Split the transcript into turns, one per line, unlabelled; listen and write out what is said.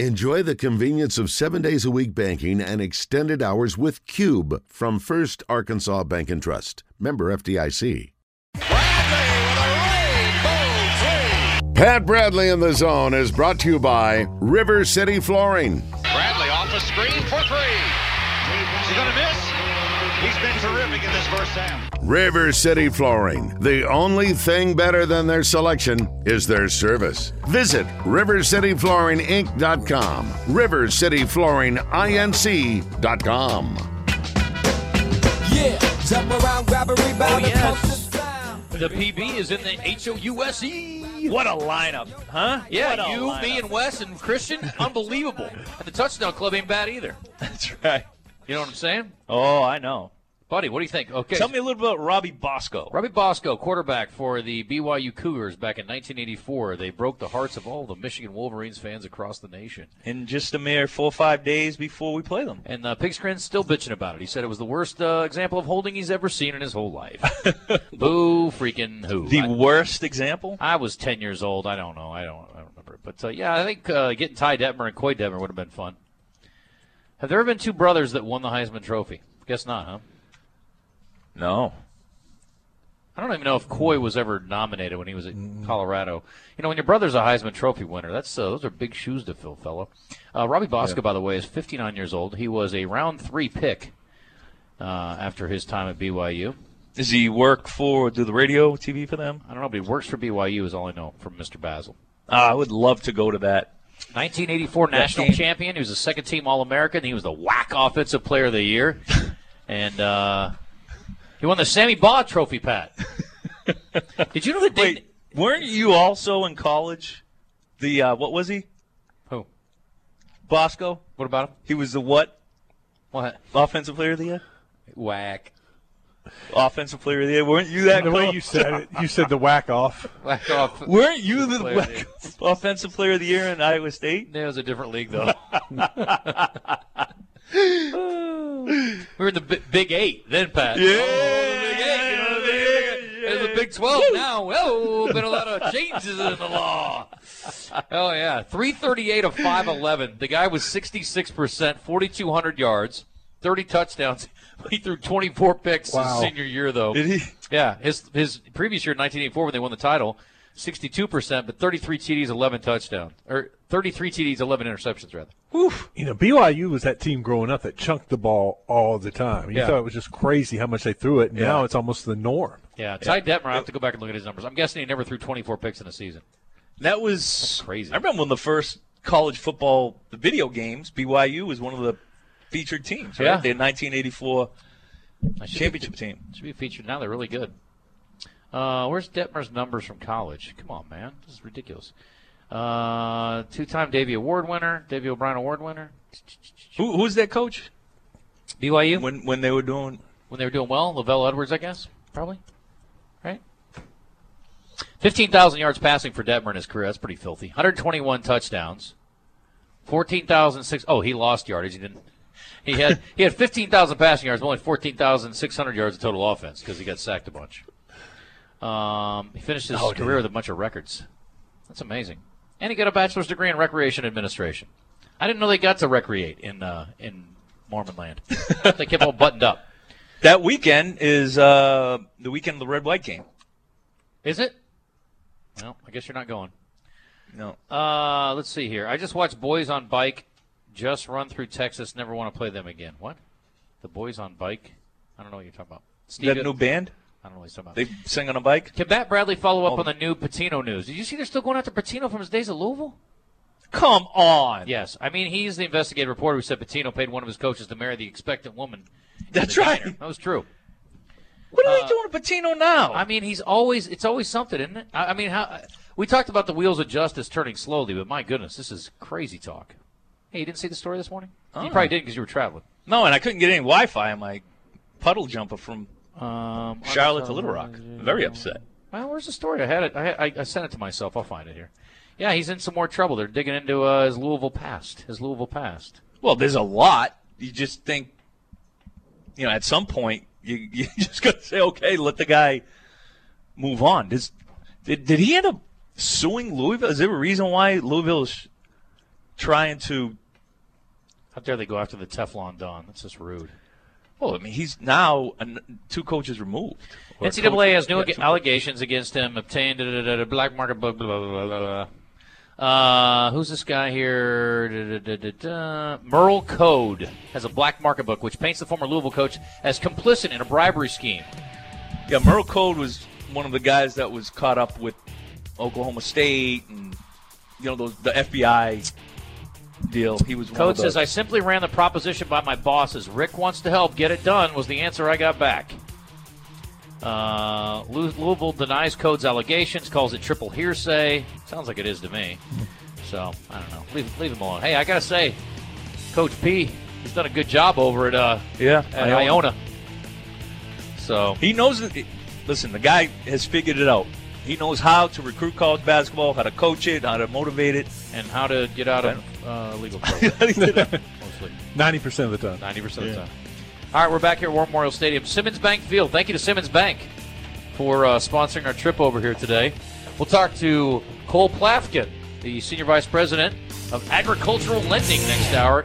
Enjoy the convenience of seven days a week banking and extended hours with Cube from First Arkansas Bank and Trust. Member FDIC. Pat Bradley in the zone is brought to you by River City Flooring.
Bradley off a screen for three. Is he going to miss? He's been terrific in this first half.
River City Flooring. The only thing better than their selection is their service. Visit rivercityflooringinc.com. rivercityflooringinc.com.
Yeah, jump around, grab a rebound,
Oh,
and pump
yes.
the sound.
The PB is in the HOUSE.
What a lineup, huh? E. What
Yeah,
a
you,
lineup.
me, and Wes and Christian, unbelievable. And the touchdown club ain't bad either.
That's right.
You know what I'm saying,
Oh, I know.
buddy? What do you think? Okay,
Tell me a little bit about Robbie Bosco.
Robbie Bosco, quarterback for the BYU Cougars back in 1984. They broke the hearts of all the Michigan Wolverines fans across the nation.
In just a mere four or five days before we play them.
And uh, Pigskin's still bitching about it. He said it was the worst uh, example of holding he's ever seen in his whole life. Boo freaking who?
The
I-
worst example?
I was 10 years old. I don't know. I don't, I don't remember. But uh, yeah, I think uh, getting Ty Detmer and Coy Detmer would have been fun. Have there ever been two brothers that won the Heisman Trophy? Guess not, huh?
No.
I don't even know if Coy was ever nominated when he was at Colorado. You know, when your brother's a Heisman Trophy winner, that's uh, those are big shoes to fill, fellow. Uh, Robbie Bosco, by the way, is 59 years old. He was a round three pick uh, after his time at BYU.
Does he work for, do the radio, TV for them?
I don't know, but he works for BYU, is all I know from Mr. Basil.
Ah, I would love to go to that.
1984 national
game.
champion. He was a second team All American. He was the whack offensive player of the year. and uh, he won the Sammy Baugh trophy, Pat. Did you know that
Wait, weren't you also in college? The, uh, what was he?
Who?
Bosco?
Oh, What about him?
He was the what?
What?
Offensive player of the year?
Whack.
Offensive player of the year. Weren't you that
the way
close?
you said it, you said the whack off.
Whack off.
Weren't you the
Player of the year.
offensive player of the year in Iowa State?
That was a different league, though. we were in the B- Big Eight then, Pat.
Yeah.
Oh, the Big Eight, you know what I mean?
Yeah,
It's the
yeah.
Big 12 now. Oh, been a lot of changes in the law. Oh, yeah. 338 of 511. The guy was 66%, 4,200 yards, 30 touchdowns. He threw 24 picks his senior year, though.
Did he?
Yeah, his his previous year, 1984, when they won the title, 62 percent, but 33 TDs, 11 touchdowns, or 33 TDs, 11 interceptions, rather.
You know, BYU was that team growing up that chunked the ball all the time. You
Yeah.
thought it was just crazy how much they threw it. Now it's almost the norm.
Yeah, Ty Detmer. I have to go back and look at his numbers. I'm guessing he never threw 24 picks in a season.
That was
crazy.
I remember when the first college football, the video games, BYU was one of the featured teams. Right?
Yeah.
the 1984
I should be,
championship team.
should be featured now. They're really good. Uh, where's Detmer's numbers from college? Come on, man, this is ridiculous. Uh, two-time Davy Award winner, Davy O'Brien Award winner,
Who, who was their coach
BYU when,
when when they were doing?
they were doing well, Lavelle Edwards, I guess, probably, right? 15,000 yards passing for Detmer in his career. That's pretty filthy. 121 touchdowns. 14,006. Oh, he lost yardage. He didn't. He had he had 15,000 passing yards, but only 14,600 yards of total offense because he got sacked a bunch. Um, he finished his career with a bunch of records. That's amazing. And he got a bachelor's degree in recreation administration. I didn't know they got to recreate in uh, in Mormon land. they kept all buttoned up.
That weekend is uh, the weekend of the red white game.
Is it? Well, I guess you're not going.
No,
Uh, let's see here. I just watched Boys on Bike just run through Texas. Never want to play them again. What? The Boys on Bike? I don't know what you're talking about. Steve,
that new band
I don't know what he's talking about.
they sing on a bike.
Can Matt Bradley follow up
Oh.
on the new Patino news? Did you see they're still going after Patino from his days at Louisville?
Come on,
Yes. I mean, he's the investigative reporter who said Patino paid one of his coaches to marry the expectant woman. in
That's
the
right.
diner. That was true.
What are they doing to Patino now?
I mean, he's always it's always something, isn't it? I, I mean, how we talked about the wheels of justice turning slowly, but my goodness, this is crazy talk. Hey, you didn't see the story this morning?
Oh.
You probably didn't because you were traveling.
no, and I couldn't get any Wi-Fi on my puddle jumper from
Um,
Charlotte to Little Rock. Very upset.
Well, where's the story? I had it. I, I, I sent it to myself. I'll find it here. Yeah, he's in some more trouble. They're digging into uh, his Louisville past. His Louisville past.
Well, there's a lot. You just think, you know, at some point you you just got to say, okay, let the guy move on. Does, did did he end up suing Louisville? Is there a reason why Louisville is trying to
How dare they go after the Teflon Don? That's just rude.
Well, I mean, he's now an, two coaches removed. Or a coach-
NCAA has new
yeah,
ag-
two-
allegations against him obtained da, da, da, da, black market blah blah blah blah. blah. Uh, who's this guy here? Da, da, da, da, da. Merle Code has a black market book which paints the former Louisville coach as complicit in a bribery scheme.
Yeah, Merle Code was one of the guys that was caught up with Oklahoma State and you know those the FBI deal. He was one
Code
of
says,
the,
I simply ran the proposition by my bosses. Rick wants to help. Get it done was the answer I got back. Uh, Lou- Louisville denies Code's allegations, calls it triple hearsay. Sounds like it is to me. So, I don't know. Leave, leave him alone. Hey, I got to say, Coach P has done a good job over at, uh,
yeah
at Iona. So,
He knows that. Listen, the guy has figured it out. He knows how to recruit college basketball, how to coach it, how to motivate it.
and how to get out of uh, legal trouble, mostly.
Ninety percent of the time.
90% of the time. All right, we're back here at War Memorial Stadium. Simmons Bank Field. Thank you to Simmons Bank for uh, sponsoring our trip over here today. We'll talk to Cole Plafkin, the Senior Vice President of Agricultural Lending, next hour.